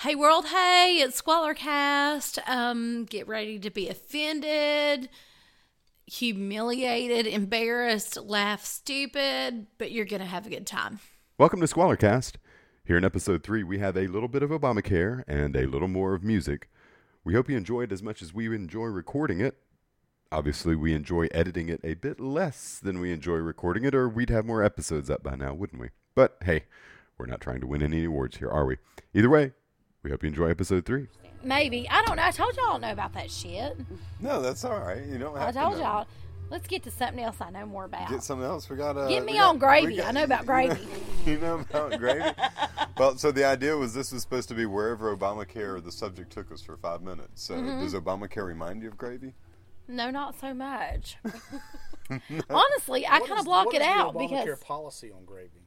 Hey world, hey, it's Squalorcast. Um, get ready to be offended, humiliated, embarrassed, laugh stupid, but you're gonna have a good time. Welcome to Squalorcast. Here in episode three, we have a little bit of Obamacare and a little more of music. We hope you enjoyed as much as we enjoy recording it. Obviously, we enjoy editing it a bit less than we enjoy recording it, or we'd have more episodes up by now, wouldn't we? But hey, we're not trying to win any awards here, are we? Either way, we hope you enjoy episode three. Maybe. I don't know. I told y'all I don't know about that shit. No, that's all right. You don't I told y'all. Let's get to something else I know more about. Get something else. We got. Uh, Get me we got- on gravy. we got- I know about gravy. You know, about gravy. well, so the idea was this was supposed to be wherever Obamacare or the subject took us for five minutes. So does Obamacare remind you of gravy? no, not so much. Honestly, I kind of block it out because policy on gravy.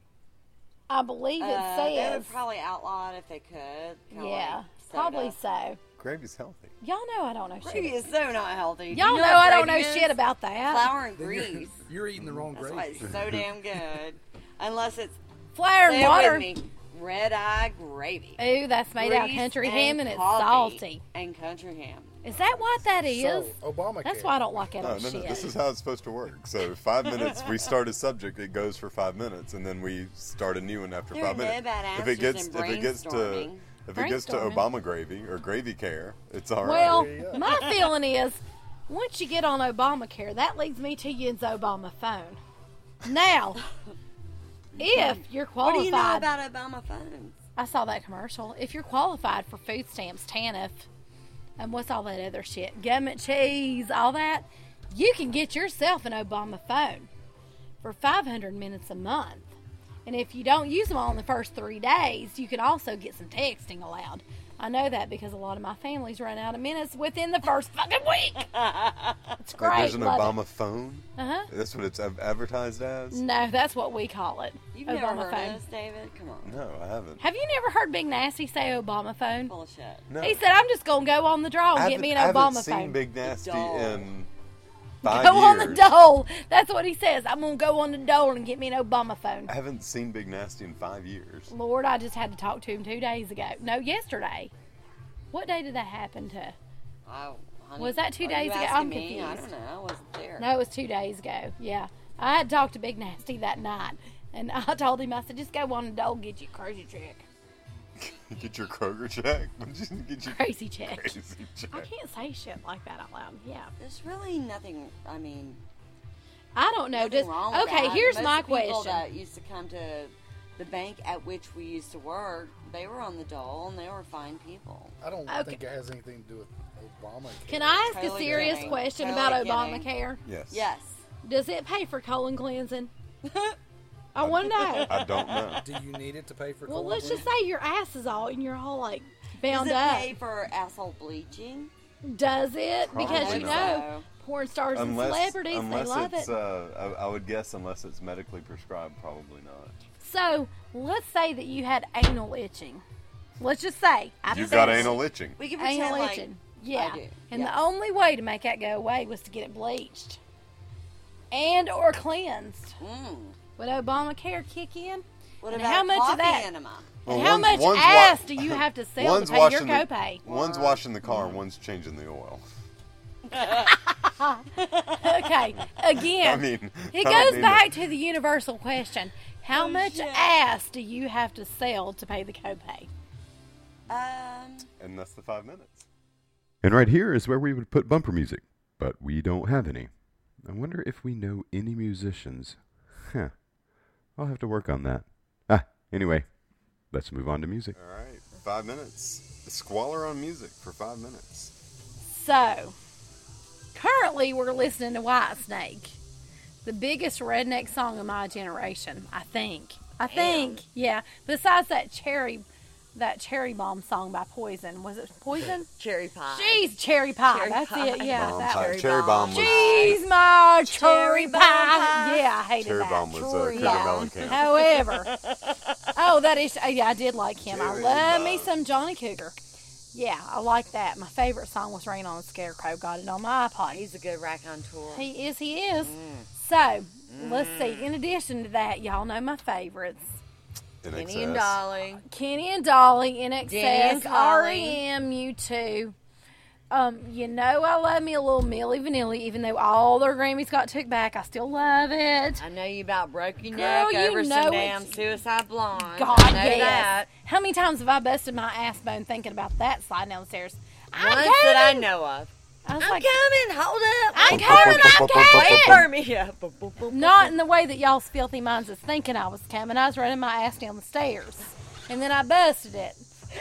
I believe it Uh, they says, would probably outlaw it if they could. kinda yeah, like soda. probably so. Gravy's healthy. Y'all know I don't know Gravy shit. is so not healthy. Do Y'all you know, what I don't know gravy is? shit about that. flour and grease. You're eating the wrong That's gravy. why it's so damn good. Unless it's Flour and stay water. with me. Red eye gravy. Ooh, that's made out of Grease country ham and it's coffee salty. And country ham. Is that what that is? So, Obamacare. That's why I don't like it No, on no, no. shit. This is how it's supposed to work. So five minutes, we start a subject, it goes for five minutes, and then we start a new one after There are five no minutes. bad if it gets, answers if in it gets to, brainstorming. if it gets to Brainstorming. Obama gravy or gravy care, it's all right. well, There you go. my feeling is once you get on Obamacare, that leads me to Yen's Obama phone. Now, if you're What qualified, do you know about Obama phones? I saw that commercial. If you're qualified for food stamps, TANF, and what's all that other shit, government cheese, all that, you can get yourself an Obama phone for 500 minutes a month. And if you don't use them all in the first three days, you can also get some texting allowed. I know that because a lot of my families run out of minutes within the first fucking week. It's great. Like, there's an love it. Obama phone. Uh-huh. That's what it's ad- advertised as. No, that's what we call it. You've Obama never heard phone. of this, David? Come on. No, I haven't. Have you never heard Big Nasty say Obama phone? Bullshit. No. He said, "I'm just gonna go on the draw and get me I an haven't Obama seen phone. Big Nasty Dole. in go five on the years. dole." That's what he says. I'm gonna go on the dole and get me an Obama phone. I haven't seen Big Nasty in five years. Lord, I just had to talk to him two days ago. No, yesterday. What day did that happen to? Oh, honey, Was that two are you days ago? asking I'm me? I confused. don't know. I wasn't there. No, it was two days ago. Yeah, I had talked to Big Nasty that night, and I told him, I said, "Just go on the dole, get your crazy check, Get your Kroger check. What'd you get your crazy check." crazy check? I can't say shit like that out loud. Yeah, There's really nothing. I mean, I don't know. nothing Just wrong with okay. that. Here's Most my people question. that used to come to the bank at which we used to work, they were on the dole and they were fine people. I don't Okay. think it has anything to do with Obamacare. Can I ask a Totally serious kidding. question Totally about kidding. Obamacare? Yes. Yes. Does it pay for colon cleansing? I want to know. I don't know. Do you need it to pay for? Well, colon let's just bleach? say your ass is all and you're all like Does bound it up. pay for asshole bleaching? Does it? Because Probably you not. know, porn stars and Unless, celebrities, unless they love it's, it. Uh, I, I would guess unless it's medically prescribed, probably not. so let's say that you had anal itching. Let's just say I've You seen got it. anal itching. We can pretend Anal like itching. Yeah. do, And yeah. the only way to make that go away was to get it bleached and or cleansed. mm, Would Obamacare kick in? what And about how much of coffee that- enema? And Well, how one's- much one's wa- ass do you have to sell to one's pay your washing copay? The, one's washing the car, and one's changing the oil. okay, again, I mean, it I don't goes mean back to the universal question: How Oh, much shit. ass do you have to sell to pay the copay? Um, to- and that's the five minutes. And right here is where we would put bumper music, but we don't have any. I wonder if we know any musicians. Huh. I'll have to work on that. Ah, anyway, let's move on to music. All right, five minutes. Squalor on music for five minutes. So, currently, we're listening to Whitesnake, the biggest redneck song of my generation. I think. I think. Yeah. Besides that cherry, that cherry bomb song by Poison. Was it Poison? cherry pie. Jeez, cherry pie. Cherry That's pie. it. Yeah. Bomb that pie. was- Cherry bomb was- Jeez, my cherry Cherry pie. bomb pie. Yeah, I hated Cherry that. bomb was uh, Cherry Cooter bomb. Mellencamp. However, oh, that is, oh, yeah, I did like him. I Cherry love bomb. me some Johnny Cougar. Yeah, I like that. My favorite song was "Rain on the Scarecrow." Got it on my iPod. He's a good raconteur. He is, he Mm. is. So let's see. In addition to that, y'all know my favorites. In Kenny and excess. Dolly. Kenny and Dolly in Danny and excess. Polly. REM, you E two. Um, you know I love me a little Millie Vanilli, even though all their Grammys got took back. I still love it. I know you about broke your Girl, neck you over know some damn it's- suicide blonde. God, I know yes. that. How many times have I busted my ass bone thinking about that slide downstairs? I'm Once coming. that I know of. I was I'm like, coming. Hold up. I'm coming. I'm Wait coming. for me. Yeah. Boop, boop, boop. Not in the way that y'all's filthy minds is thinking I was coming. I was running my ass down the stairs, and then I busted it.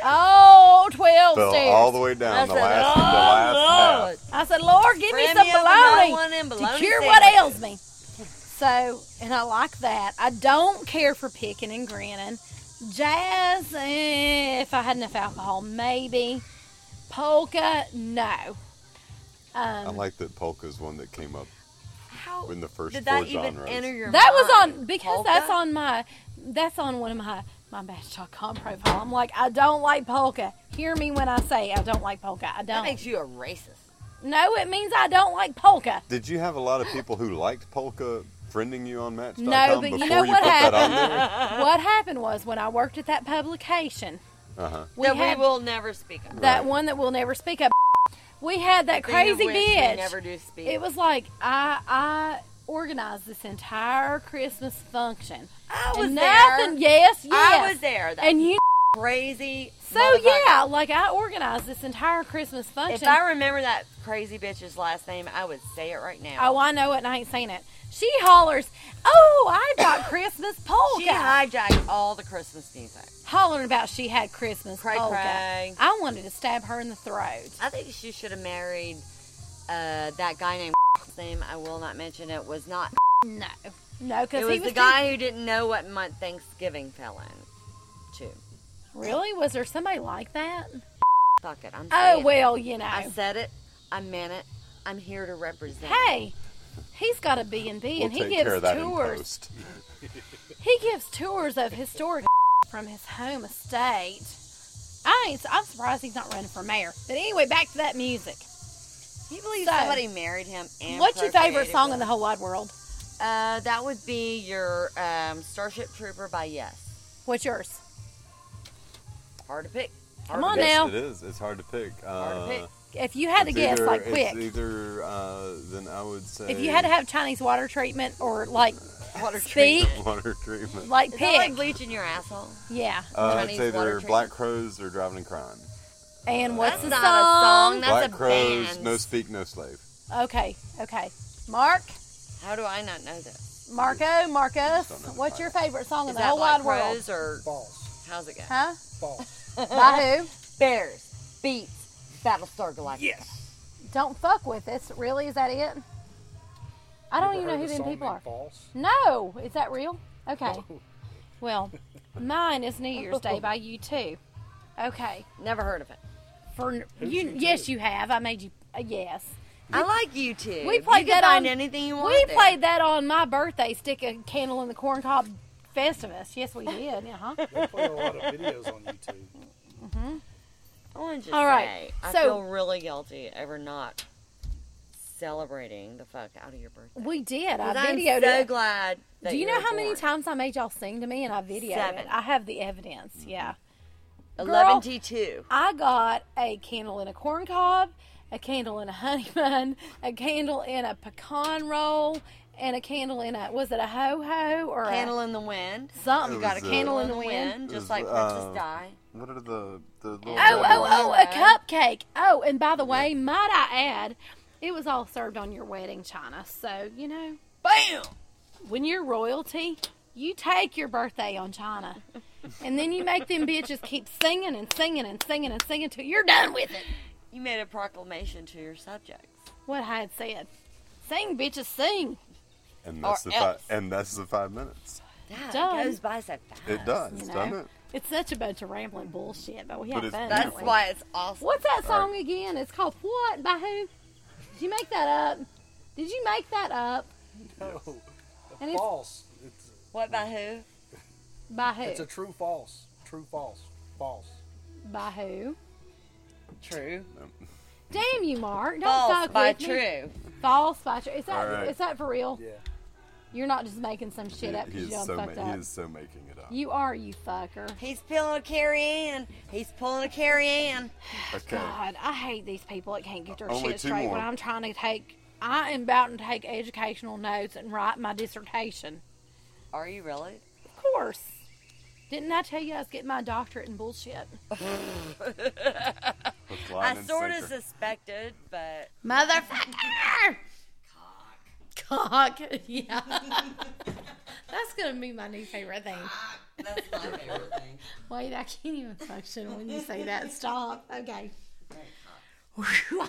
Oh, 12 Fell stairs. all the way down I the said, last, "Oh, the last Lord." half. I said, Lord, give me Fry some me up another one bologna in to bologna cure what sandwich. ails me. So, and I like that. I don't care for picking and grinning. Jazz, eh, if I had enough alcohol, maybe. Polka, no. I like that polka's one that came up. How When the first did four that even genres. enter your That was mind? on because Polka? that's on my that's on one of my my match.com profile. I'm like, I don't like polka. Hear me when I say I don't like polka. I That don't. makes you a racist. no, it means I don't like polka. Did you have a lot of people who liked polka friending you on Match.com No, but you before know you what put that on there? Uh-huh. what happened was when I worked at that publication, Uh-huh. we that had we will never speak of. that Right. one that we'll never speak of. We had that Thing of crazy which we bitch. never do speak. it was like I I organized this entire Christmas function. I was and there. nothing. Yes, yes. I was there. That And you. crazy. So motherfucker. yeah, like I organized this entire Christmas If function. I remember that crazy bitch's last name, I would say it right now. oh, I know it, and I ain't saying it. She hollers, "Oh, I've got Christmas polka!" she hijacked all the Christmas music. hollering about she had Christmas Cray, polka. cray. I wanted to stab her in the throat. I think she should have married uh, that guy named name. I will not mention it. Was not. No, no, because It he was, was the too- guy who didn't know what month Thanksgiving fell in. Too. Really, was there somebody like that? Fuck it. I'm. Oh saying it. well, you know. I said it. I meant it. I'm here to represent. Hey, he's got a B and B, We'll and he take gives care of that in tours. post. He gives tours of historic from his home estate. I ain't, I'm surprised he's not running for mayor. But anyway, back to that music. Can you believe So, somebody married him? And What's your favorite procreated song with in the whole wide world? him? Uh, that would be your um, Starship Trooper by Yes. What's yours? Hard to pick. Come Hard to on pick. now. Yes, it is. It's hard to pick. Hard to Uh, pick. If you had to it's guess, either- like it's quick, either uh, then I would say if you had to have Chinese water treatment or like Water speak, treatment. water treatment, like Is pick, that like bleaching your asshole? yeah. uh, Chinese it's either water Black treatment. Crows or Driving in Crime. And what's the That's not song? a song. That's Black a Crows, band. No Speak, No Slave. Okay, okay. Mark, How do I not know this? Marco, Marcus, Don't know the what's your favorite song in Is the that whole Black wide world? Crows or Balls. how's it go? Huh? Balls. By who? Bears, Beats, Battlestar Galactica. yes. Don't fuck with us. Really, is that it? I don't even know who them people are. Balls. No, is that real? Okay. Well, mine is New Year's Day by you too. Okay. Never heard of it. For you, yes, you have. I made you. Uh, yes, I like YouTube. we played you can that find on- anything you want. we there. played that on my birthday. Stick a candle in the corn cob Festivus. Yes, we did. Yeah. huh? They play a lot of videos on YouTube. I want to just All right, say, I so- feel really guilty over not celebrating the fuck out of your birthday. We did. I 'Cause I'm videoed so it. glad. That Do you were know how many born. times I made y'all sing to me and I videoed it? Seven. Mm-hmm. I have the evidence. Yeah. Eleven Girl. T two. I got a candle in a corn cob, a candle in a honey bun, a candle in a pecan roll, and a candle in a was it a ho ho or Candle in the wind. a something? It got a was, uh, candle in the wind. It was, just like uh, Princess Di. What are the the little? Oh red oh ones? oh, a cupcake. Oh, and by the way, might I add, it was all served on your wedding china. So you know, bam. When you're royalty, you take your birthday on china, and then you make them bitches keep singing and singing and singing and singing till you're done with it. You made a proclamation to your subjects. What I had said. Sing, bitches, sing. And that's Or the five. else. And that's the five minutes. That Done. goes by so fast. It does, You know? doesn't it? It's such a bunch of rambling bullshit, but we But have it's fun. beautiful. That's don't we? why it's awesome. What's that song again? It's called What by Who? Did you make that up? Did you make that up? No. And it's- False. It's, What by who? By who? it's a true false. True false. False. by who? True. Damn you, Mark! Don't False fuck by with me. true. False by true. Is that All right. is that for real? Yeah. You're not just making some shit up he, because is you done so fucked ma- up. he is so making it up. You are, you fucker. He's pulling a Carrie Ann. He's pulling a Carrie Ann. okay. God, I hate these people that can't get their Only shit two straight more. when I'm trying to take. I am about to take educational notes and write my dissertation. Are you really? Of course. Didn't I tell you I was getting my doctorate in bullshit? Hook, line, I and sort of sinker. suspected, but Motherfucker! Cock. Cock, yeah. That's going to be my new favorite thing. that's my favorite thing. Wait, I can't even function when you say that. Stop. Okay.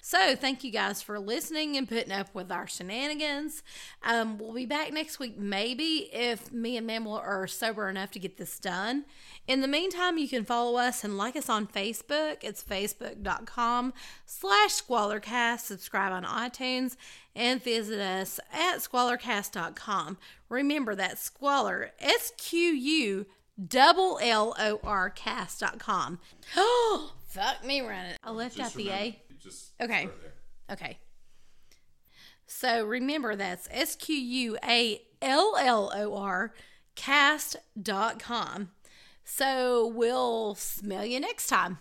so, thank you guys for listening and putting up with our shenanigans. Um, we'll be back next week, maybe, if me and Mammal are sober enough to get this done. In the meantime, you can follow us and like us on Facebook. It's facebook.com slash squalorcast. Subscribe on iTunes and visit us at squalorcast.com. Remember that squalor, S Q U double L O R cast.com. Oh, fuck me running. I left out the A. Just Okay. start there. Okay. So remember that's S Q U A L L O R cast.com. So we'll smell you next time.